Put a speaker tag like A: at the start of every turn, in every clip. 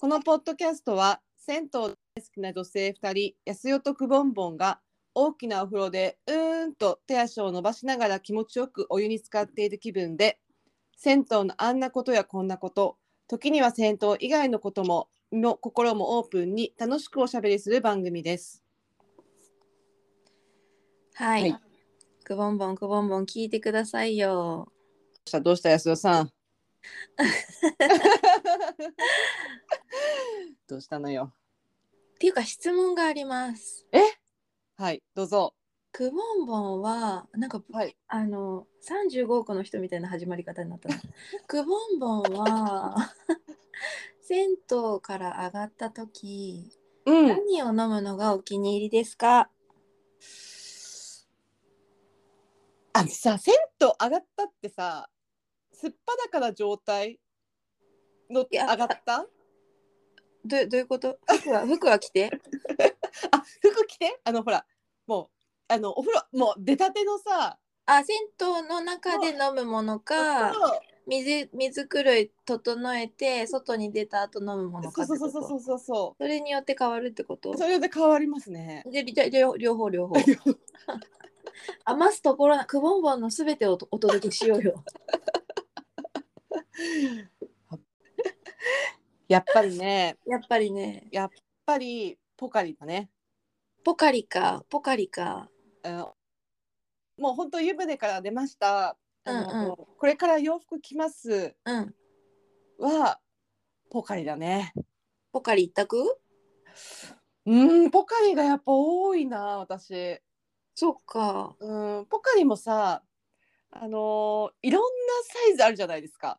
A: このポッドキャストは銭湯大好きな女性2人安代とくぼんぼんが大きなお風呂でうーんと手足を伸ばしながら気持ちよくお湯に浸かっている気分で銭湯のあんなことやこんなこと時には銭湯以外のこともの心もオープンに楽しくおしゃべりする番組です。
B: はい、
A: はい
B: くぼんぼんくぼんぼん聞いてくださいよ
A: どうしたどうした安代さ んどうしたのよ
B: っていうか質問があります
A: はいどうぞ
B: くぼんぼんはなんか、
A: はい
B: あの35億の人みたいな始まり方 になったなくぼんぼんは 銭湯から上がった時、
A: うん
B: 何を飲むのがお気に入りですか
A: あのさ銭湯上がったってさすっぱだから状態の
B: い
A: 上
B: や
A: がった
B: どどういうこと服は服は着て
A: あ服着てあのほらもうあのお風呂もう出たてのさ
B: あ銭湯の中で飲むものか水水狂い整えて外に出た後飲むものか
A: そう
B: ってこ
A: そう
B: と
A: そうそうそうそうそ
B: それによって変わるってこと
A: うそれで変わりますね
B: でりじゃ両両方両方 余すところなくぼんぼんのすべてをとお届けしようよ
A: やっぱりね
B: やっぱりね
A: やっぱりポカリだね、
B: ポカリかポカリか
A: うん、もう本当湯船から出ましたあの、
B: うんうん
A: これから洋服着ます
B: うん
A: はポカリだね
B: ポカリ一択
A: うんポカリがやっぱ多いな私
B: そうか
A: うん、ポカリもさ、あのーいろんなサイズあるじゃないですか。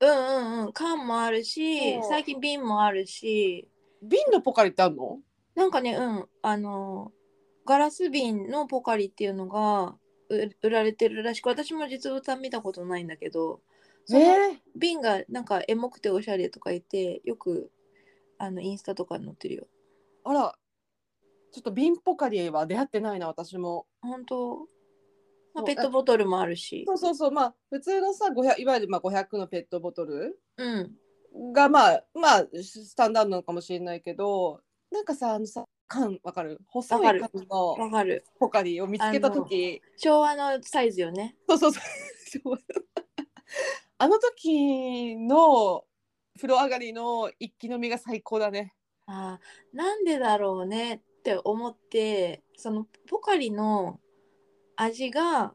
B: うんうんうん缶もあるし
A: そう
B: 最近瓶もあるし
A: 瓶のポカリってあるの？
B: なんかねうんあのガラス瓶のポカリっていうのがう売られてるらしく私も実物は見たことないんだけどその
A: え
B: 瓶がなんかエモくておしゃれとか言ってよくあのインスタとかに載ってるよ
A: あら、ちょっと瓶ポカリは出会ってないな私も。
B: 本当、ま
A: そ
B: あ、
A: う
B: ペットボトルもあるし
A: そうそうそう、まあ普通のさ、500いわゆるまあ500のペットボトル
B: うん
A: がまあまあスタンダードなのかもしれないけど、なんかさあのさ缶わかる？細い
B: わか
A: 缶
B: る
A: の
B: わかる
A: ポカリを見つけた時、
B: 昭和のサイズよね
A: そうそうそう。あの時の風呂上がりの一気飲みが最高だね。
B: あーなんでだろうねって思ってそのポカリの味が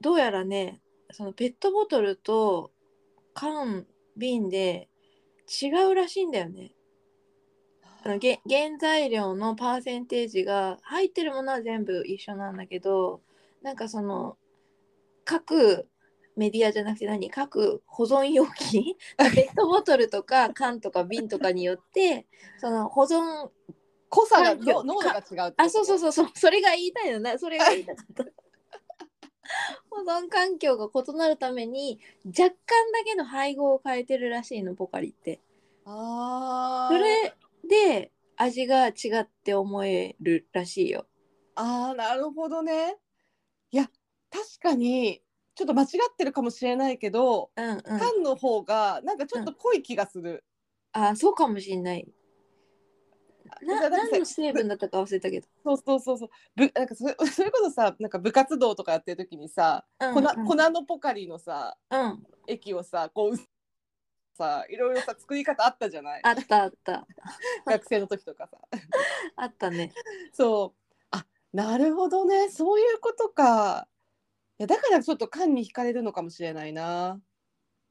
B: どうやらねそのペットボトルと缶瓶で違うらしいんだよねあのげ原材料のパーセンテージが入ってるものは全部一緒なんだけどなんかその各メディアじゃなくて何各保存容器 ペットボトルとか缶とか瓶とかによってその保存
A: 濃さが
B: 感情
A: の濃度が違うってこと
B: あそうそうそうそう それが言いたいのなそれが言いた かった保存環境が異なるために若干だけの配合を変えてるらしいのポカリって。
A: あー
B: それで味が違って思えるらしいよ。
A: あーなるほどねいや確かにちょっと間違ってるかもしれないけど
B: うんうん。
A: 缶の方がなんかちょっと濃い気がする、
B: あ、そうかもしんない。
A: じゃ
B: な
A: あなんか
B: 何の成分だったか忘れたけど。
A: そうそうそうそうぶなんかそれそれこそさなんか部活動とかやってる時にさ、
B: うん
A: 粉
B: うん
A: 粉のポカリのさ
B: うん。
A: 液をさこうさいろいろさ作り方あったじゃない
B: あったあった。
A: 学生の時とかさ
B: あったね。
A: そうあなるほどねそういうことかいやだからちょっと缶に惹かれるのかもしれないな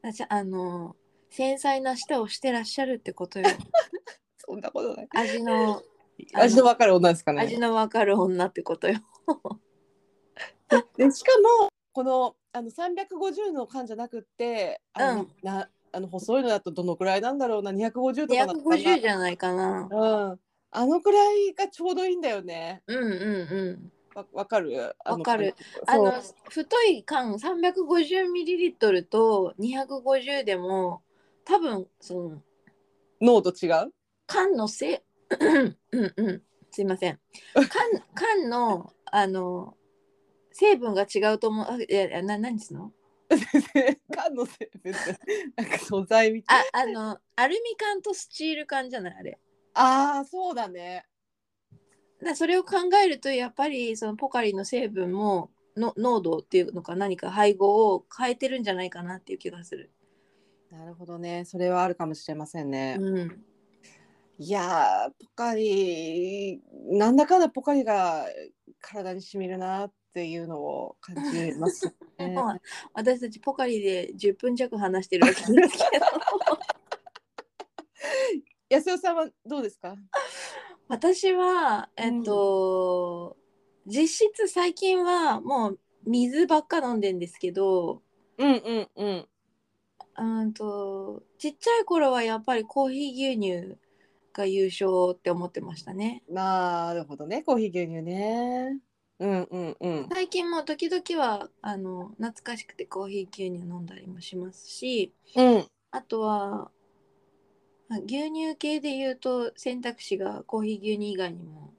B: あじゃああの繊細な舌をしてらっしゃるってことよ。
A: そんなことない
B: 味のあの
A: 味の分かる女ですか
B: 味
A: ね
B: のわかる女ってことよ。
A: でしかもこのあの350の缶じゃなくってあの、
B: うん
A: なあの細いのだとどのくらいなんだろうな250とかなのか
B: 250じゃないかな。
A: な、うん、あのくらいがちょうどいいんだよね
B: うんうんうん。
A: わわかるあの
B: わかるあ
A: そう
B: の太い缶 350ml と250でも多分その
A: 濃度違う
B: 缶のせいうんうんすいません 缶缶のあの成分が違うと思うあいやいやな何ですの
A: 缶のせい別になんか素材みたい
B: ああのアルミ缶とスチール缶じゃないあれ
A: ああそうだね
B: だそれを考えるとやっぱりそのポカリの成分もの濃度っていうのか何か配合を変えてるんじゃないかなっていう気がする。
A: なるほどねそれはあるかもしれませんね、
B: うん、
A: いやーポカリなんだかんだポカリが体にしみるなっていうのを感じますね
B: まあ私たちポカリで10分弱話してるわけなんですけど
A: 安代さんはどうですか
B: 私はえっと、実質最近はもう水ばっか飲んでんですけど
A: うんうんうん
B: うんとちっちゃい頃はやっぱりコーヒー牛乳が優勝って思ってましたね。
A: なるほどねコーヒー牛乳ねうんうんうん
B: 最近も時々はあの懐かしくてコーヒー牛乳飲んだりもしますし
A: うん
B: あとはあ牛乳系で言うと選択肢がコーヒー牛乳以外にも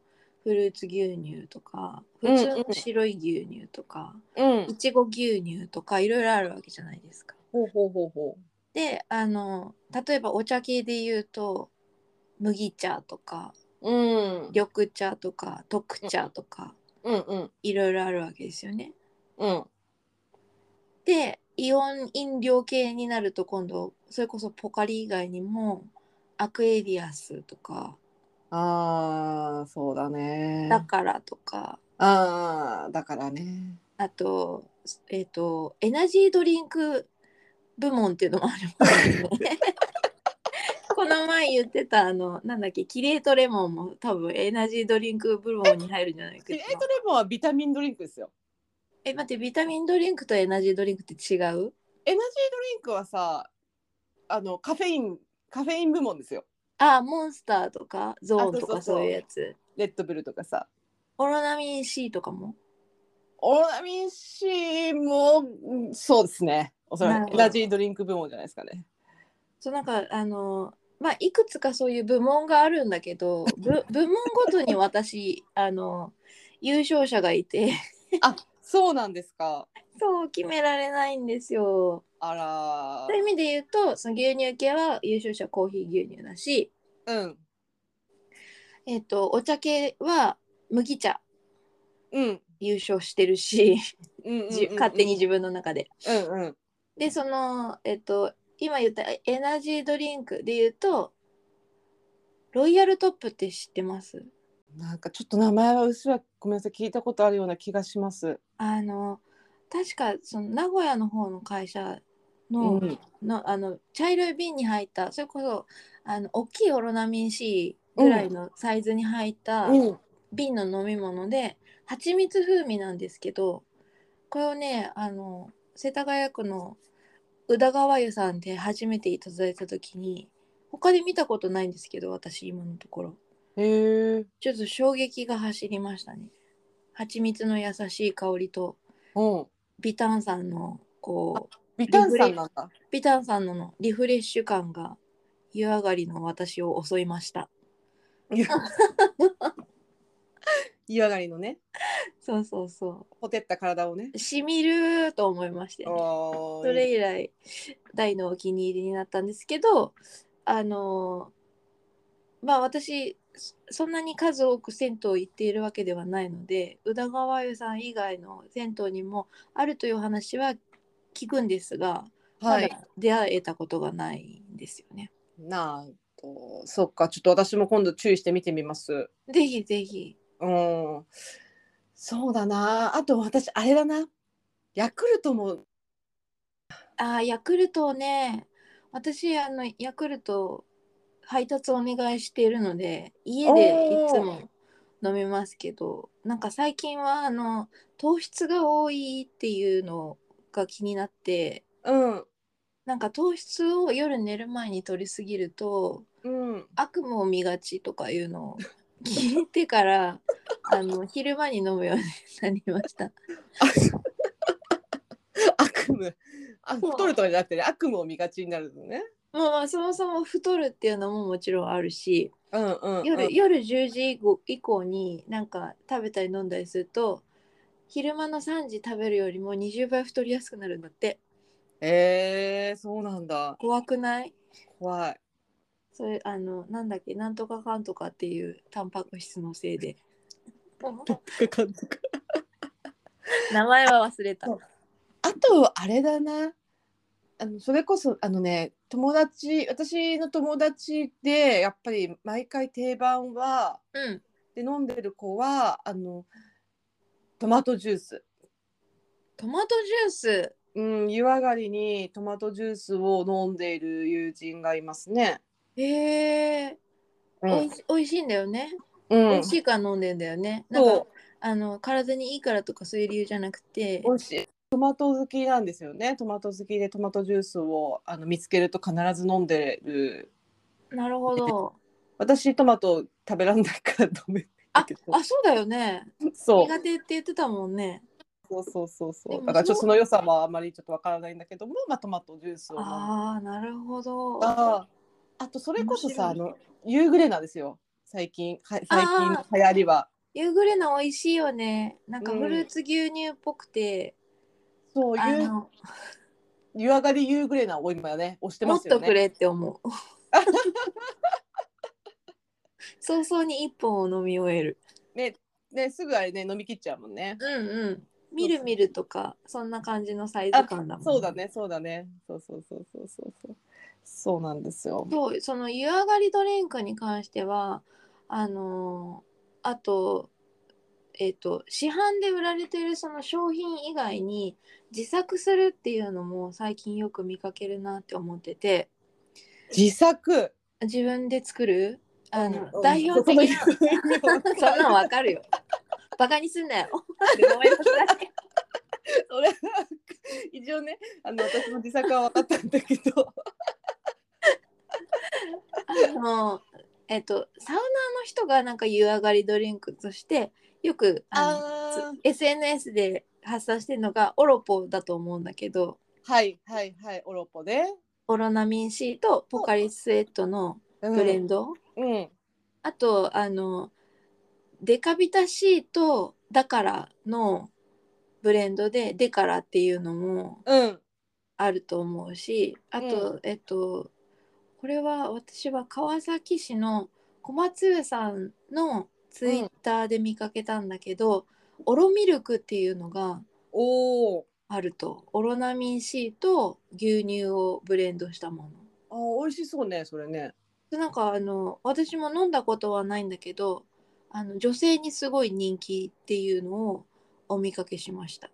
B: フルーツ牛乳とか普
A: うんうん
B: 通の白い牛乳とか
A: うん
B: いちご牛乳とかいろいろあるわけじゃないですか。
A: ほうほうほうほ
B: であの例えばお茶系で言うと麦茶とか
A: ううん
B: 緑茶とか特茶とか
A: うんうん
B: いろいろあるわけですよね。
A: うん
B: でイオン飲料系になると今度それこそポカリ以外にもアクエリアスとか
A: ああそうだね
B: だからとか、
A: ああだからね
B: あとえっ、とエナジードリンク部門っていうのもあるも んねこの前言ってたあのなんだっけキレートレモンも多分エナジードリンク部門に入るんじゃない
A: キ
B: か
A: レートレモンはビタミンドリンクですよ
B: え待ってビタミンドリンクとエナジードリンクって違う
A: エナジードリンクはさあのカフェインカフェイン部門ですよ
B: あモンスターとかゾーン
A: あそ
B: とか
A: うそうそう
B: そういうやつ
A: レッドブルとかさ
B: オロナミン C とかも
A: オロナミン C もうんそうですねおそら
B: なる
A: く
B: ほ
A: エ
B: ど
A: ナジードリンク部門じゃないですかね
B: そうなんかあのまあいくつかそういう部門があるんだけ どぶ部門ごとに私あの優勝者がいて
A: あそうなんですか
B: そう決められないんですよ。
A: あら
B: そういう意味で言うとその牛乳系は優勝者コーヒー牛乳だし、
A: うん
B: えっとお茶系は麦茶
A: うん
B: 優勝してるし、
A: うんうんうん
B: じ勝手に自分の中で。
A: うんうん
B: でそのえっと今言ったエナジードリンクで言うとロイヤルトップって知ってます
A: なんかちょっと名前はうっすらごめんなさい聞いたことあるような気がします。
B: あの確かその名古屋の方の会社
A: う
B: の,、
A: ん、
B: のあの茶色い瓶に入ったそれこそあの大きいオロナミン C ぐらいのサイズに入った
A: うん、
B: 瓶の飲み物で、蜂蜜風味なんですけどこれをねあの世田谷区の宇田川湯さんで初めていただいた時に他で見たことないんですけど私今のところ
A: へえ、
B: ちょっと衝撃が走りましたね蜂蜜の優しい香りと
A: うん、
B: ビタンさんのこう
A: ビタンさんなんだ。
B: ビタンさんののリフレッシュ感が湯上がりの私を襲いました
A: 湯上がりのね、
B: そうそうそ
A: ほてった体をね。
B: うしみると思いまして、
A: そ
B: それ以来大のお気に入りになったんですけどあのまあ私そそんなに数多く銭湯行っているわけではないので宇田川湯さん以外の銭湯にもあるという話は聞くんですが、
A: は
B: ま
A: い。
B: だ出会えたことがないんですよね。
A: なんと、そっか、ちょっと私も今度注意して見てみます。
B: ぜひぜひ。
A: うん。そうだな、あと私あれだな。ヤクルトも、
B: あーヤクルトをね、私、あの、ヤクルト配達お願いしているので、家でい
A: おー
B: つも飲みますけど、なんか最近は、あの、糖質が多いっていうのが気になって、
A: うん、
B: なんか糖質を夜寝る前に取りすぎると、
A: うん、
B: 悪夢を見がちとかいうのを聞いてから、あの、昼間に飲むようになりました。
A: 悪夢。あ、
B: そう
A: 太るとかじゃなくて、ね、悪夢を見がちになるのね。
B: まあまあ、そもそも太るっていうのももちろんあるし、
A: うん、うん、
B: 夜
A: うん
B: 夜10時以降以降になんか食べたり飲んだりすると昼間の3時食べるよりも20倍太りやすくなるんだって
A: えー、そうなんだ。
B: 怖くない
A: 怖い。
B: それあのなんだっけなんとかかんとかっていうタンパク質のせ いで名前は忘れた
A: あとあれだなあのそれこそあのね友達私の友達でやっぱり毎回定番は
B: うん
A: で飲んでる子はあのトマトジュース、
B: トマトジュース
A: うん、湯上がりにトマトジュースを飲んでいる友人がいますね。
B: へえ
A: う
B: おい
A: ん
B: しおいしいんだよね、
A: うん
B: おいしいから飲んでんだよねなん
A: そ
B: か
A: う
B: あの体にいいからとかそういう理由じゃなくて
A: 美味しいトマト好きなんですよねトマト好きでトマトジュースをあの見つけると必ず飲んでる
B: なるほど
A: 私トマト食べらんないからダメだ
B: あ
A: けど
B: あそうだよね
A: そう
B: 苦手って言ってたもんね
A: そうそうそうそ
B: で
A: う
B: も
A: だからちょっと
B: そ
A: その良さもあんまりちょっとわからないんだけども、まあ、トマトジュースを飲ん
B: ああなるほど
A: だあとそれこそさあ
B: 面白
A: の夕暮れなんですよ最近は最近の
B: あ
A: 流行りは
B: 夕暮れの美味しいよねなんか
A: うん
B: フルーツ牛乳っぽくて、
A: そう
B: あ
A: 夕
B: の
A: 湯上がり夕暮れなを今ね押して
B: も
A: ま
B: っ
A: すよ
B: と
A: ね
B: くれって思う 早々に一本を飲み終える
A: ですぐあれね飲み切っちゃうもんね
B: うんうんみるみるとかそんな感じのサイズ感だもん
A: そうだねそうだねそうそうそうそうそうそうそうなんですよ
B: そうその湯上がりドリンクに関してはあのーあとえっ、と市販で売られてるその商品以外に自作するっていうのも最近よく見かけるなって思ってて
A: 自作
B: 自分で作るあの、
A: うん
B: 代表的な
A: その夢を
B: そんなのわかるよ。バカにすんなよ。ごめんなさい。
A: それは一応ねあの私も自作は分かったんだけど
B: あのえっとサウナーの人がなんか湯上がりドリンクとしてよくあの
A: あ
B: つ SNS で発散してるのがオロポだと思うんだけど
A: はいはいはいオロポで、
B: オロナミン C とポカリスエットの
A: うん、
B: ブレンド、
A: うん
B: あとあのデカビタ C とだからのブレンドでデカラっていうのも
A: うん
B: あると思うしあと、えっとこれは私は川崎市の小松湯さんのツイッターで見かけたんだけど、オロミルクっていうのが
A: おー
B: あるとオロナミン C と牛乳をブレンドしたもの
A: あー美味しそうねそれね
B: でなんかあの私も飲んだことはないんだけどあの女性にすごい人気っていうのをお見かけしました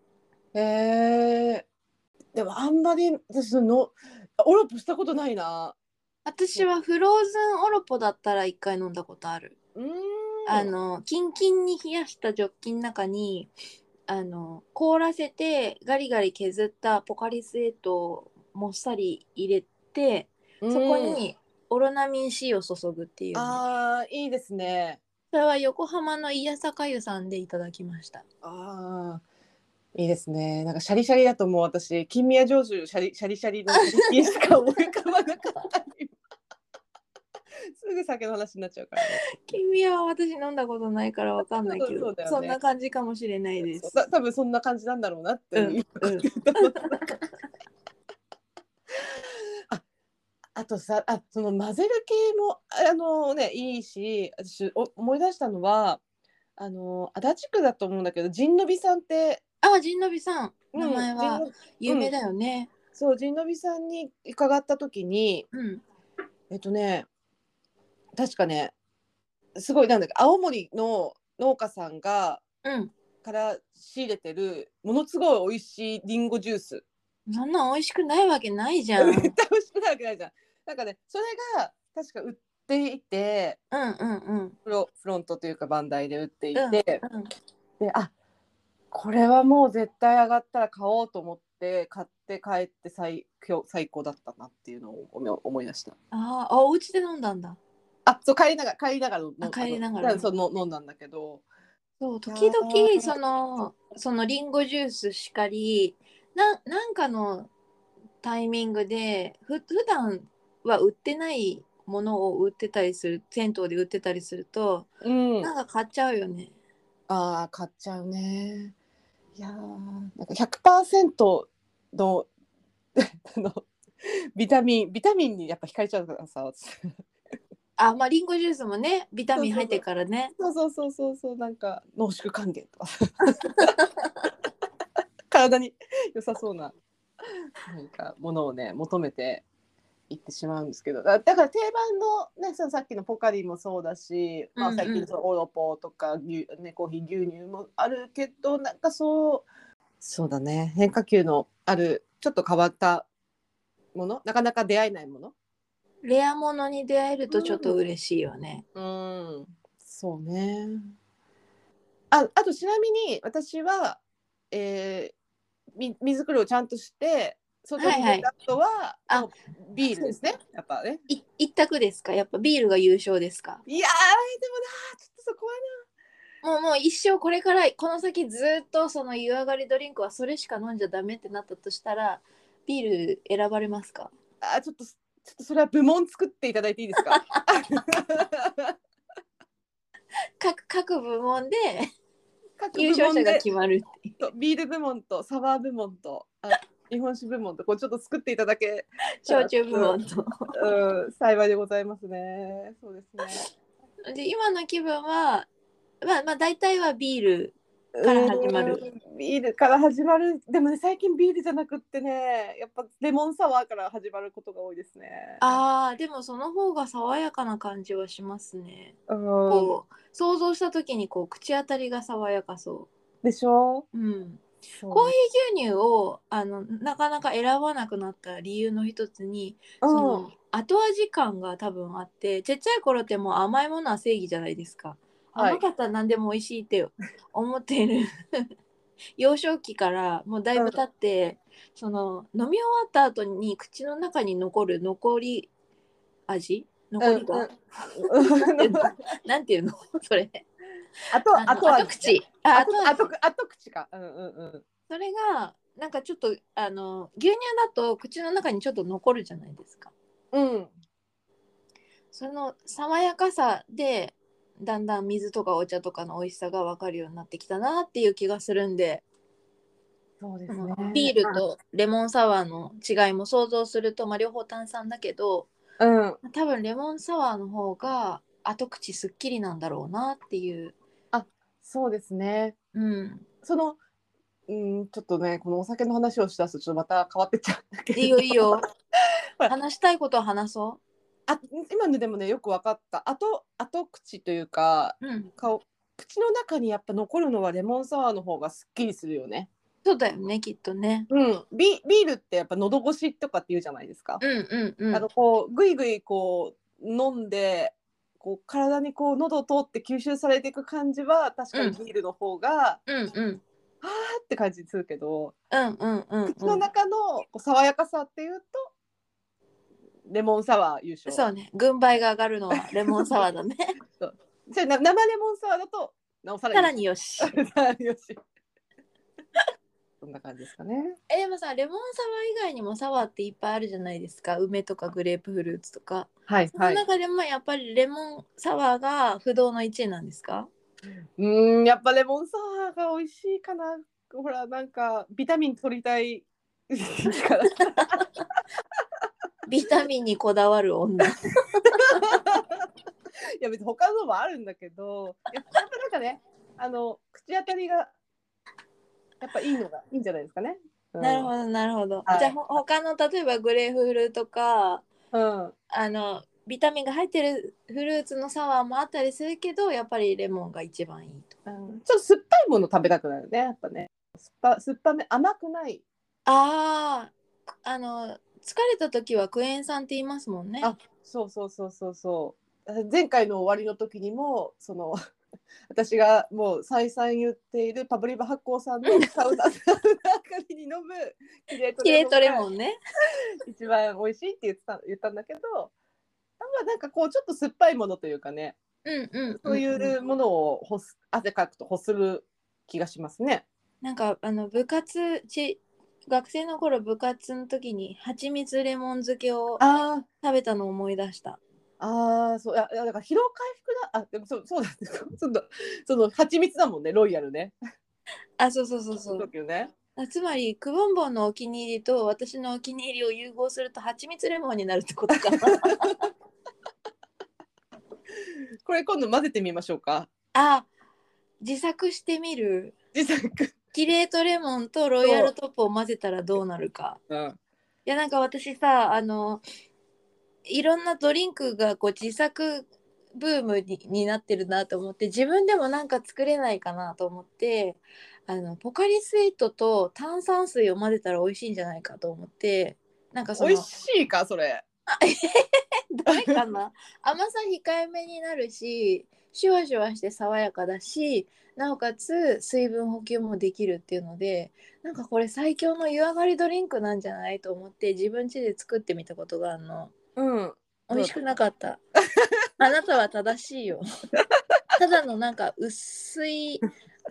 A: へえでもあんまり私そのオロポしたことないな
B: 私はフローズンオロポだったら一回飲んだことある
A: うーん
B: あのキンキンに冷やしたジョッキの中にあの凍らせてガリガリ削ったポカリスエットをもっさり入れて
A: うん
B: そこにオロナミン C を注ぐっていうの
A: あーいいですね
B: それは横浜のいやさかゆさんでいただきました
A: あーいいですねなんかシャリシャリだともう私金宮城主シャリシャリシャリの時しか思い浮かばなかった今 すぐ酒の話になっちゃうから、ね
B: 君は私飲んだことないからわかんないけ
A: そ
B: ど
A: うだよね
B: そんな感じかもしれないです
A: そうた多分そんな感じなんだろうなっていう、
B: うんうん
A: ああとさあその混ぜる系もああのねいいし私お思い出したのはあの足立区だと思うんだけど陣のびさんって、
B: あ陣のびさん
A: うん
B: 名前は
A: 陣の
B: 有名だよね
A: そう陣のびさんに伺った時に
B: うん
A: えっとね確かねすごいなんだっけ青森の農家さんが
B: うん
A: から仕入れてるものすごい美味しいりんごジュース
B: そんなん美味しくないわけないじゃんう
A: 絶
B: んうん
A: 対美味しくないわけないじゃん。なんかねそれが確か売っていて
B: うん
A: フロフロントというかバンダイで売っていて、
B: うんうん
A: であこれはもう絶対上がったら買おうと思って買って帰って最強最高だったなっていうのを思い思い出した。
B: あーあ、お家で飲んだんだ。
A: あそう帰りながら帰りながら飲ん
B: あ帰りながら
A: あのそうの飲んだんだけど
B: そう、
A: や
B: 時
A: ー
B: 々、その、そのリンゴジュースしかり、な、なんかのタイミングで、ふ、普段は売ってないものを売ってたりする、銭湯で売ってたりすると、
A: うん
B: なんか買っちゃうよね。
A: ああ買っちゃうねいやーなんか100%の あのビタミンビタミンにやっぱ惹かれちゃうからさ私
B: あまあリンゴジュースもねビタミン入ってるからね
A: そうそうそうそうそうなんか濃縮還元 とか体に良さそうななんかものをね求めていってしまうんですけどだだから定番の,、ね、そのさっきのポカリもそうだし、まあ、
B: うんうん
A: 最近そのオロポとか牛、ね、コーヒー牛乳もあるけどなんかそうそうだね変化球のあるちょっと変わったものなかなか出会えないもの
B: レアものに出会えるとちょっと嬉しいよね、
A: うん、そうね。あ、あとちなみに私は、えー、み水黒をちゃんとして、その時
B: はいはい
A: の後は、
B: あ
A: もうビールですね。やっぱね。
B: い一択ですかやっぱビールが優勝ですか
A: いやーでもなー、ちょっとそこは
B: もうもう一生これからこの先ずっとその湯上がりドリンクはそれしか飲んじゃダメってなったとしたらビール選ばれますか
A: な、あ、ちょっとちょっとそれは部門作っていただいていいですか。
B: 各各部門で
A: 各 部
B: 優勝
A: 門
B: 者が
A: で
B: 決 まるっていう
A: そうビール部門とサワー部門とあ日本酒部門とこうちょっと作っていただけ、
B: 焼酎部門と。
A: うん、幸いでございますね。そうですね。
B: で今の気分はまあまあ大体はビールから始まる
A: うん。ビールから始まる。でもね、最近ビールじゃなくってね、やっぱレモンサワーから始まることが多いですね。
B: あーでもその方が爽やかな感じはしますね。
A: うん、
B: こう想像した時にこう口当たりが爽やかそ
A: でしょ
B: う。うん、
A: そう
B: コーヒー牛乳をあのなかなか選ばなくなった理由の一つにその後味感が多分あってちっちゃい頃ってもう甘いものは正義じゃないですか。
A: うん、はい
B: 甘。かったら何でも美味しいって思っている 幼少期からもうだいぶ経って、その飲み終わった後に口の中に残る残り味残りが、
A: うんうん
B: なんていうの なんていうのそれ
A: あと、
B: あ
A: あ
B: の
A: と
B: 後口あ
A: あ
B: 後
A: と、
B: 味
A: あと、あと口か。うんうんうん。
B: それがなんかちょっとあの牛乳だと口の中にちょっと残るじゃないですか
A: うん。
B: その爽やかさでだんだん水とかお茶とかの美味しさが分かるようになってきたなっていう気がするんで
A: そうですね
B: この。ビール。とレモンサワーの違いも想像すると、まあ、両方炭酸だけど
A: うん。
B: 多分レモンサワーの方が後口すっきりなんだろうなっていう、
A: そうですね。
B: うん、
A: その。うん、ちょっとね、このお酒の話をしだすと、ちょっとまた変わってっちゃうんだけど。
B: いいよいい よ
A: ほら
B: 話したいことを話そ
A: あ、今のでもね、よく分かった。あと、あと口というか、
B: う、うん、
A: 顔口の中にやっぱ残るのはレモンサワーの方がすっきりするよね。
B: そうだよねきっとね
A: うん、ビビールってやっぱ喉越しとかって言うじゃないですか。
B: うんうんう
A: あ
B: ん
A: のこうぐいぐいこう飲んでこう体にこう喉を通って吸収されていく感じは確かにビールの方が、
B: うんうん
A: あって感じするけど、
B: うんうんうんうん
A: 口の中のこう爽やかさっていうとレモンサワー優勝。
B: そうね軍配が上がるのはレモンサワー だね
A: それな生レモンサワーだとなおさら
B: さらによし
A: 優勝さらによし。 そんな感じですかね。
B: えでもさレモンサワー以外にもサワーっていっぱいあるじゃないですか梅とかグレープフルーツとか
A: はい
B: そ
A: は
B: の
A: い。
B: 中でもやっぱりレモンサワーが不動の1位なんですか
A: うーん、やっぱレモンサワーが美味しいかな。ほら、なんかビタミン取りたい。 から
B: ビタミンにこだわる女
A: いや別に他のもあるんだけどやっぱなんかねあの口当たりがやっぱいいのがいいんじゃないですかね。 うん、
B: なるほどなるほど、
A: はい
B: じゃあほ他の例えばグレーフフルーツとか
A: ど。
B: あのビタミンが入ってるフルーツのサワーもあったりするけどやっぱりレモンが一番いいと
A: うん、ちょっと酸っぱいもの食べたくなるねやっぱね酸っぱ酸っぱめ甘くない
B: あーあの疲れた時はクエン酸って言いますもんね
A: あそうそうそうそうそう前回の終わりの時にもその 私がもう再三言っているパブリバ発酵さんのサウナサウナ上がりに飲むキレート
B: キレートレ
A: ン
B: モ
A: が
B: ンね
A: 一番美味しいって言ってた言ったんだけどまあなんかこうちょっと酸っぱいものというかね
B: うんうんん
A: そういうものを欲す汗かくと欲する気がしますね。
B: なんかあの部活ち学生の頃部活の時に蜂蜜レモン漬けを
A: あ
B: 食べたのを思い出した。
A: あーそういやいやだから疲労回復だあでもそうそうだ、 ね、そのその蜂蜜だもんねロイヤルね。
B: あ、そうそうそう
A: そ
B: そうう。
A: だけどね。
B: あつまりクボンボンのお気に入りと私のお気に入りを融合すると蜂蜜レモンになるってことか な
A: これ今度混ぜてみましょうか。
B: あ自作してみる
A: 自作。
B: キレートレモンとロイヤルトップを混ぜたらどうなるか
A: うん。
B: いやなんか私さあのいろんなドリンクがこう自作ブームにになってるなと思って自分でもなんか作れないかなと思ってあのポカリスエットと炭酸水を混ぜたら美味しいんじゃないかと思ってなんかその
A: 美味しいかそれ。
B: ダメかな甘さ控えめになるしシュワシュワして爽やかだしなおかつ水分補給もできるっていうのでなんかこれ最強の湯上がりドリンクなんじゃないと思って自分家で作ってみたことがあるの
A: うん。
B: 美味しくなかったあなたは正しいよ ただのなんか薄い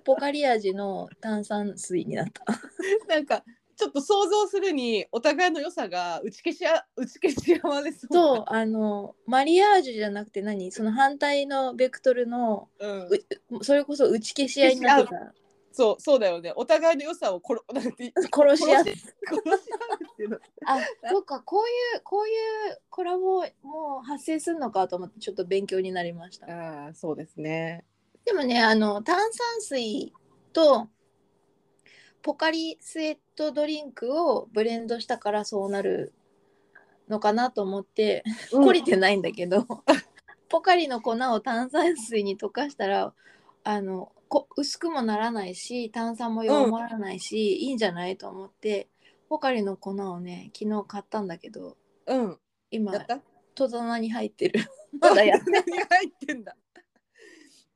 B: ポカリ味の炭酸水になった
A: なんかちょっと想像するにお互いの良さが打ち消しあ打ち消し合われそう
B: そう
A: な。
B: あのマリアージュじゃなくて何その反対のベクトルの
A: うん。
B: うそれこそ打ち消し合いになってた
A: そうそうだよね。お互いの良さをころ なんて
B: 殺し合っ
A: 殺
B: て
A: し合うっていうの。
B: あそうかこういうこういうコラボも発生するのかと思ってちょっと勉強になりました
A: ああそうですね。
B: でもねあの炭酸水とポカリスエットドリンクをブレンドしたからそうなるのかなと思って懲りてないんだけど、ポカリの粉を炭酸水に溶かしたらあのこ薄くもならないし炭酸も弱まらないし、いいんじゃないと思ってポカリの粉をね昨日買ったんだけど
A: うん。
B: 今
A: やった。
B: 戸棚に 入ってるまだやっ
A: 何が入ってんだ。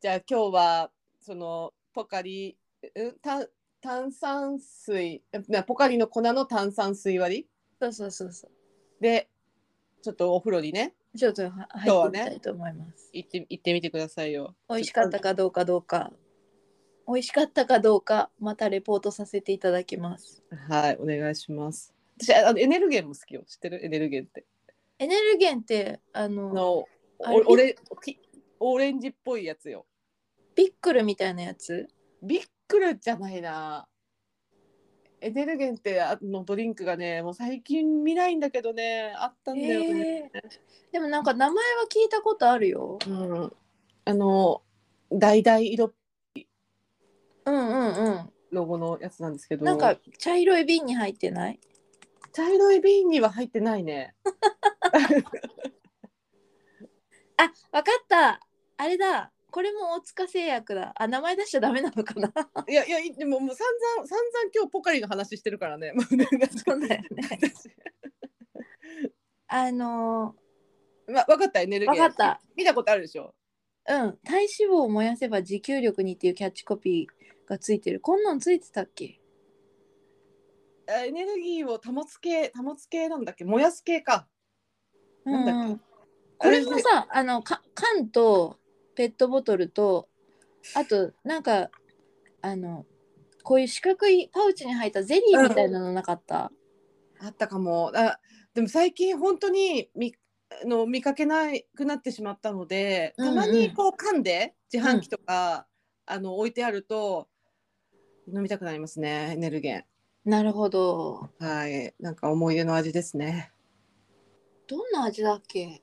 A: じゃあ今日はそのポカリうん炭炭酸水なポカリの粉の炭酸水割り
B: そうそうそうそ
A: でちょっとお風呂にね
B: うちょっとは
A: 今日
B: 入
A: は
B: って
A: ね
B: みたいと思います、
A: 行って行ってみてくださいよ。
B: 美味しかったかどうかどうか美味しかったかどうかまたレポートさせていただきます
A: はいお願いします。私あのエネルゲンも好きよ知ってるエネルゲンって。
B: エネルゲンってあ
A: あ
B: の
A: のお
B: あれ
A: オレきオレンジっぽいやつよ。
B: ビックルみたいなやつ
A: ビックルじゃないな。エネルゲンってあのドリンクがねもう最近見ないんだけどねあったんだよね。
B: えーでもなんか名前は聞いたことあるよ。
A: うん、あの橙色
B: うんうんうん。
A: ロゴのやつなんですけど
B: なんか茶色い瓶に入ってない。
A: 茶色い瓶には入ってないね
B: あ、わかった。あれだ。これも大塚製薬だ。あ、名前出しちゃダメなのかな。
A: いやいやいでももう散々散々今日ポカリの話してるからね もうねなんか
B: そうだよね。
A: 私
B: あの
A: ま分かったエネル
B: ー、
A: ギー
B: わかった。
A: 見たことあるでしょ
B: うん。体脂肪を燃やせば持久力にっていうキャッチコピーがついてる。こんなんついてたっけ
A: あエネルギーを保つ系保つ系なんだっけ燃やす系かなんだっけ
B: うんうん、これもさ、あの、か缶とペットボトルと、あと、なんか、あの、こういう四角いパウチに入ったゼリーみたいなのなかった、
A: あったかもあでも最近本当に見あの見かけなくなってしまったのでたま
B: うんう
A: に
B: ん
A: こう噛んで自販機とか、あの置いてあると飲みたくなりますねエネルゲ
B: なるほど。
A: ンはいなんか思い出の味ですね
B: どんな味だっけ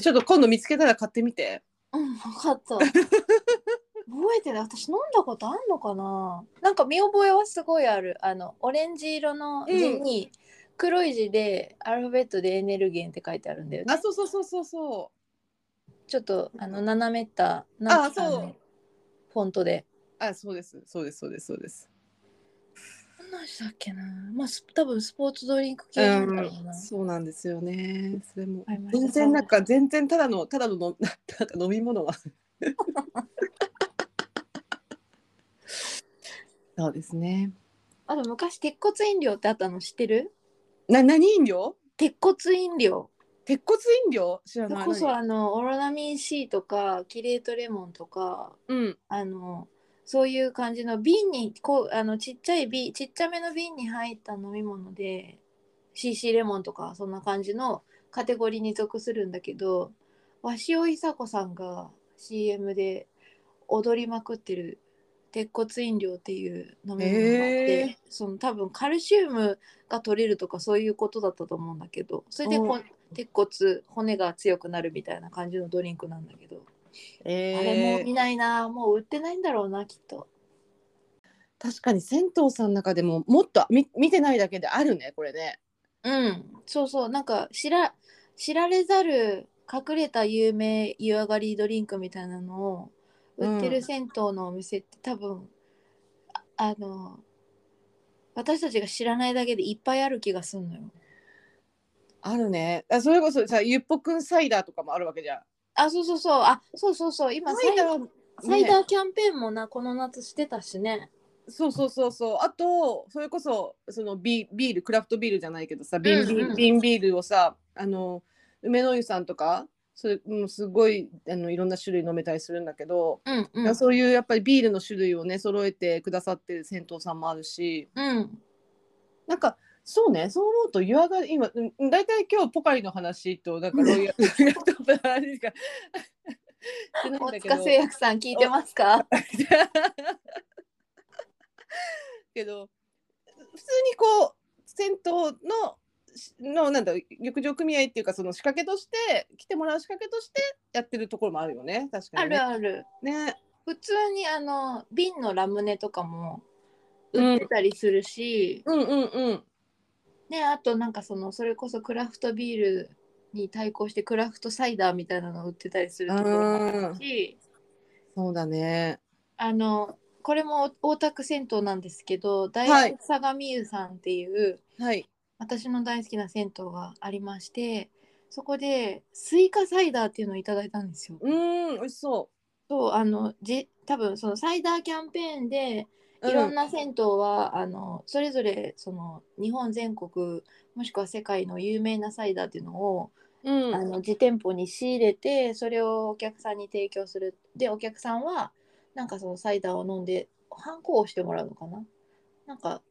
A: ちょっと今度見つけたら買ってみて
B: うん、分か った。覚えてない。私飲んだことあんのかななんか見覚えはすごいある。あの、オレンジ色の字に、黒い字でアルファベットでエネルゲンって書いてあるんだよね
A: あ。そうそうそうそうそう
B: ちょっとあの斜めった
A: あそう
B: のフォントで。
A: あそうですそうですそうですそうです
B: 何の味だっけなまあす多分スポーツドリンク系なんだろうな。
A: そうなんですよねそれも
B: わかりました
A: 全然なんか全然ただのただのの なんか飲み物 がそうですね
B: あと昔鉄骨飲料ってあったの知ってる
A: な何飲料
B: 鉄骨飲料。
A: 鉄骨飲料知ら
B: そ
A: な
B: れ
A: い
B: こそ
A: 何
B: あのオロナミン C とかキレートレモンとか
A: うん
B: あのそういう感じの瓶にこうあのちっちゃい瓶ちっちゃめの瓶に入った飲み物で CC レモンとかそんな感じのカテゴリーに属するんだけど鷲尾久子さんが CM で踊りまくってる鉄骨飲料っていう飲み物があって、
A: へ
B: その多分カルシウムが取れるとかそういうことだったと思うんだけどそれでこ鉄骨骨が強くなるみたいな感じのドリンクなんだけど、
A: え
B: あれも見ないなもう売ってないんだろうなきっと
A: 確かに銭湯さんの中でももっと見見てないだけであるねこれね。
B: うんそうそうなんか知ら知られざる隠れた有名湯上がりドリンクみたいなのを売って
A: う
B: る
A: ん
B: 銭湯のお店って多分ああの私たちが知らないだけでいっぱいある気がすんのよ
A: あるね。あそれこそさゆっぽくんサイダーとかもあるわけじゃん。
B: あそうそうそうあそうそうそう今サイダー
A: ー
B: サイダーキャンペーンもなこの夏してたしね
A: そうそうそうそうあとそれこそそのビビールクラフトビールじゃないけどさ瓶ビ,、
B: うんうん
A: 瓶ビールをさあの梅の湯さんとかそれもうすごいあのいろんな種類飲めたりするんだけど、
B: うんう
A: だか
B: ん
A: らそういうやっぱりビールの種類をね揃えてくださってる銭湯さんもあるし
B: うん
A: なんかそうねそう思うと湯上がり今うん大体今日ポカリの話となんかロイヤルロイヤルトップの話しかしてないんだ
B: 大
A: け
B: 塚
A: ど
B: 製薬さん聞いてますか
A: けど普通にこう銭湯ののなんだ浴場組合っていうかその仕掛けとして来てもらう仕掛けとしてやってるところもあるよね確か
B: あ
A: に
B: る
A: ね。
B: ある
A: ね
B: 普通にあの瓶のラムネとかも売ってたりするし、
A: うんうんうん
B: ねあとなんかそのそれこそクラフトビールに対抗してクラフトサイダーみたいなのを売ってたりするところもあるし
A: そうだね。
B: あのこれも大田区銭湯なんですけど大
A: はい
B: 学相模湯さんっていう、
A: はい。
B: 私の大好きな銭湯がありましてそこでスイカサイダーっていうのをいただいたんですよ。
A: うーん美味しそ
B: そうあのじ多分そのサイダーキャンペーンで
A: う。
B: いろん
A: な。
B: な銭湯は、あのそれぞれその日本全国もしくは世界の有名なサイダーっていうのを、
A: うん。
B: あの自店舗に仕入れてそれをお客さんに提供するでお客さんはなんかそのサイダーを飲んでハンコを押してもらうのかななんか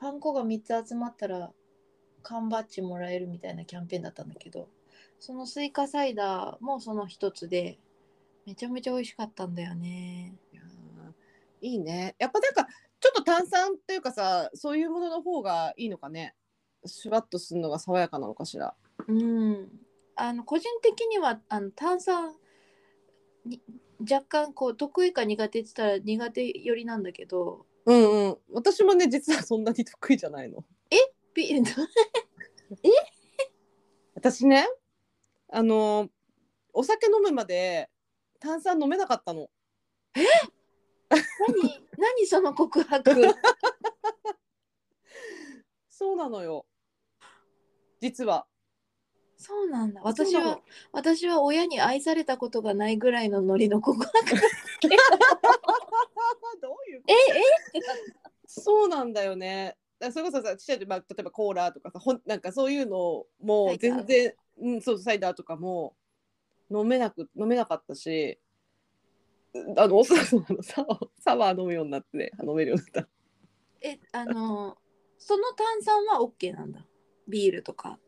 B: ハンコが3つ集まったら缶バッジもらえるみたいなキャンペーンだったんだけどそのスイカサイダーもその一つでめちゃめちゃ美味しかったんだよね。
A: いやーいいね。やっぱなんかちょっと炭酸っていうかさそういうものの方がいいのかね。シュワッとするのが爽やかなのかしら。
B: うん、あの個人的にはあの炭酸に若干こう得意か苦手って言ったら苦手寄りなんだけ ど
A: うんうん。私もね実はそんなに得意じゃないの。
B: ビ
A: 私ねあのーお酒飲むまで炭酸飲めなかったの。
B: 何何その告白
A: そうなのよ。実は。
B: そうなんだ
A: そう
B: 私
A: なの
B: は私は親に愛されたことがないぐらいのノリの告白
A: どういう
B: え
A: そうなんだよね。だからそれこそさ、ちっちゃい時、まあ、例えばコーラとかさ、ほんなんかそういうのも
B: サイダー
A: 全然、うん、そうサイダーとかも飲めなく飲めなかったし、うあのおそらくあのサワーサワー飲むようになって、飲めるようになった。
B: ええあのその炭酸は OK なんだビールとか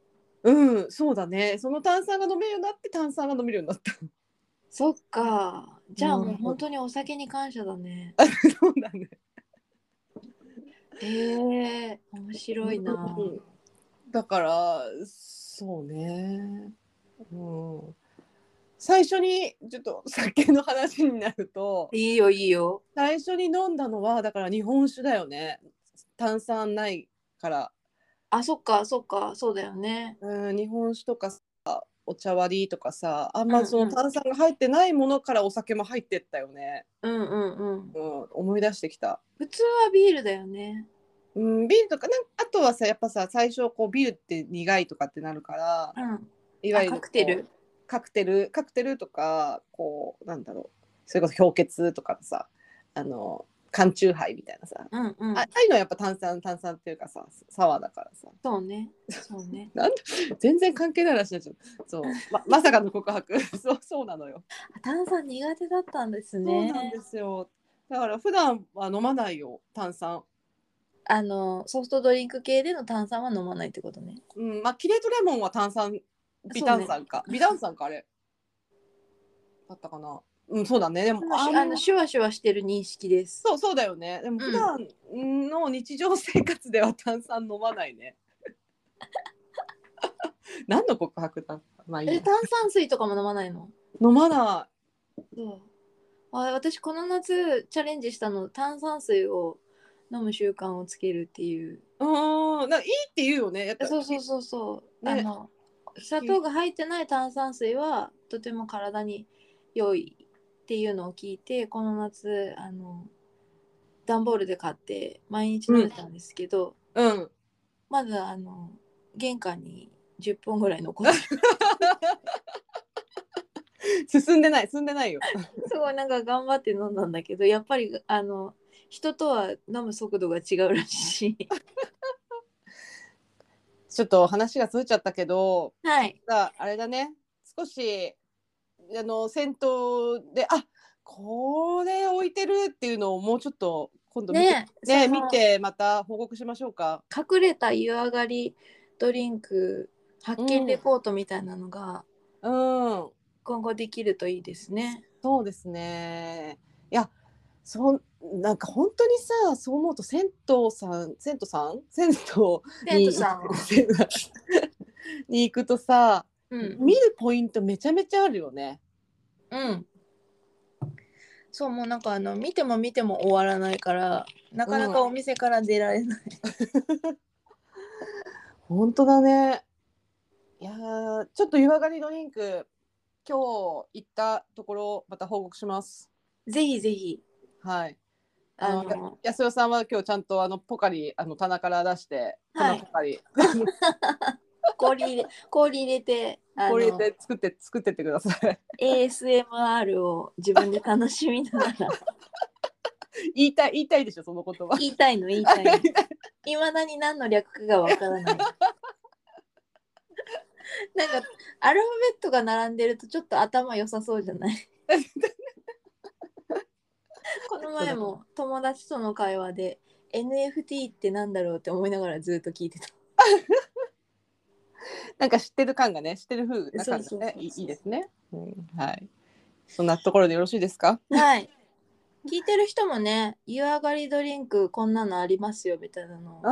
A: うん、そうだね。その炭酸が飲めるようになって、炭酸が飲めるようになった。
B: そっかじゃあも
A: う
B: うん本当にお酒に感謝だね
A: そうだね。
B: へえ面白いな
A: うんだから、そうね。うん。最初にちょっと酒の話になると、
B: いいよいいよ
A: 最初に飲んだのはだから日本酒だよね炭酸ないから
B: あそっかそっかそうだよね
A: うん日本酒とかさお茶割りとかさあん
B: うんう
A: ま
B: ん
A: その炭酸が入ってないものからお酒も入ってったよね、
B: うんうんうん
A: うん、思い出してきた、
B: 普通はビールだよね
A: うん、ビールとかなんあとはさやっぱさ最初こうビールって苦いとかってなるから
B: うん
A: いわゆるこ
B: あ
A: う
B: カクテル
A: カクテルカクテルとかこうなんだろうそれこそ氷結とかさあの缶チューハイみたいなさ、
B: うんうん
A: あああいうのはやっぱ炭酸炭酸っていうかさサワーだからさ
B: そう ねそうね
A: 全然関係ない話になっちゃう。そう、ま、まさかの告白。 そう、そうなのよ。
B: あ炭酸苦手だったんです
A: そう
B: ね
A: なんですよ。だから普段は飲まないよ、炭酸。
B: あのソフトドリンク系での炭酸は飲まないってことね
A: うん、まあ、キレートレモンは炭酸、微炭酸か、微炭酸かあれ。だったかな。うん、そうだね。でも、
B: あの
A: あの
B: シュワシュワしてる認識です。
A: そう、そうだよね。でも、普段の日常生活では炭酸飲まない ね。何の告白だったまあいいや
B: え、炭酸水とかも飲まないの
A: 飲まな
B: そうあ私この夏チャレンジしたの炭酸水を飲む習慣をつけるっていう
A: い。うーん、なんかいいって言うよね。やっぱ
B: そうそうそうそう、
A: ね
B: あの砂糖が入ってない炭酸水はとても体に良いっていうのを聞いてこの夏あの段ボールで買って毎日飲んでたんですけど、
A: うん。
B: まだあの玄関に10本ぐらい残 ってる
A: 進んでない、進んでないよ。
B: すごいなんか頑張って飲んだんだけどやっぱりあの人とは飲む速度が違うらしい。
A: ちょっと話がそれちゃったけど、
B: はい
A: さあれだね少しあの先頭であこれ置いてるっていうのをもうちょっと今度見てね
B: ねその
A: 見てまた報告しましょうか
B: 隠れた湯上がりドリンク発見レポートみたいなのが
A: うん
B: 今後できるといいですね。
A: そうですねいやそんなんか本当にさそう思うと銭湯さん銭湯さん銭湯に
B: 生徒さんも
A: に行くとさ、
B: うん、
A: 見るポイントめちゃめちゃあるよね。
B: うん、そうもうなんかあの見ても見ても終わらないからなかなかお店から出られない。
A: 本当だね。いやーちょっと湯上がりドリンク今日行ったところまた報告します。
B: ぜひぜひ
A: はい。
B: あ
A: あ
B: の
A: の安代さんは今日ちゃんとあのポカリあの棚から出して、
B: はい
A: このポカリ
B: 氷 入れ氷入れてあの
A: これで作って作ってってください。
B: ASMR を自分で楽しみなが ら
A: 言いたい言いたいでしょその言葉。
B: 言いたいの言いたいのいまだに何の略かがわからないなんかアルファベットが並んでるとちょっと頭良さそうじゃない この前も友達との会話で NFT ってなんだろうって思いながらずっと聞いてた
A: なんか知ってる感がね知ってる風な感じ
B: そうそう
A: が
B: そ
A: ね
B: うそう
A: いいいいですね。うんはい。そんなところでよろしいですか。
B: はい 聞いてる人もね湯上がりドリンクこんなのありますよみたいなのを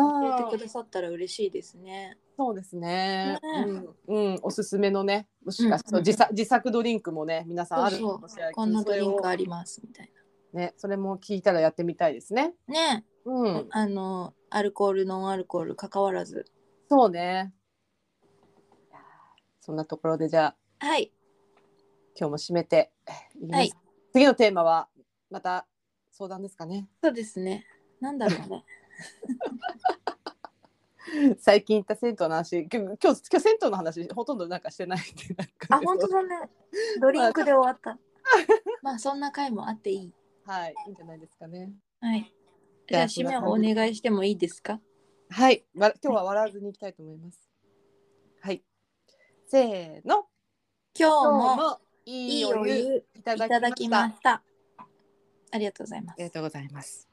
B: 教えてくださったら嬉しいですね
A: そうですね。
B: ね
A: うん、うん、おすすめのね、もしかし
B: うん
A: て自作自作ドリンクもね、皆さんある
B: そう
A: かも
B: そう
A: しれないけど
B: こんなドリンクあ
A: それ
B: りますみたい
A: をね、それも聞いたらやってみたいですね。
B: なね
A: うん、
B: あのアルコールノンアルコール関わらず
A: そうね。そんなところでじゃあ
B: はい
A: 今日も締めていきます
B: はい
A: 次のテーマはまた相談ですかね。
B: そうですねなんだ ろうね
A: 最近行った銭湯の話、今日今日今日銭湯の話ほとんどなんかしてないってなんか
B: あ本当だね ドリンクで終わったまあそんな回もあっていい
A: はい、いいんじゃないですかね。
B: はいじゃあ締めをお願いしてもいいですか
A: はい、わ今日は笑わずにいきたいと思います。はい。せーの。今
B: 今日
A: 日
B: も
A: もいい
B: いい
A: お
B: お
A: 湯
B: 湯
A: いた
B: いた
A: だ
B: だ
A: き
B: き
A: ま
B: ま
A: した。
B: したありがとうございます
A: とうございます。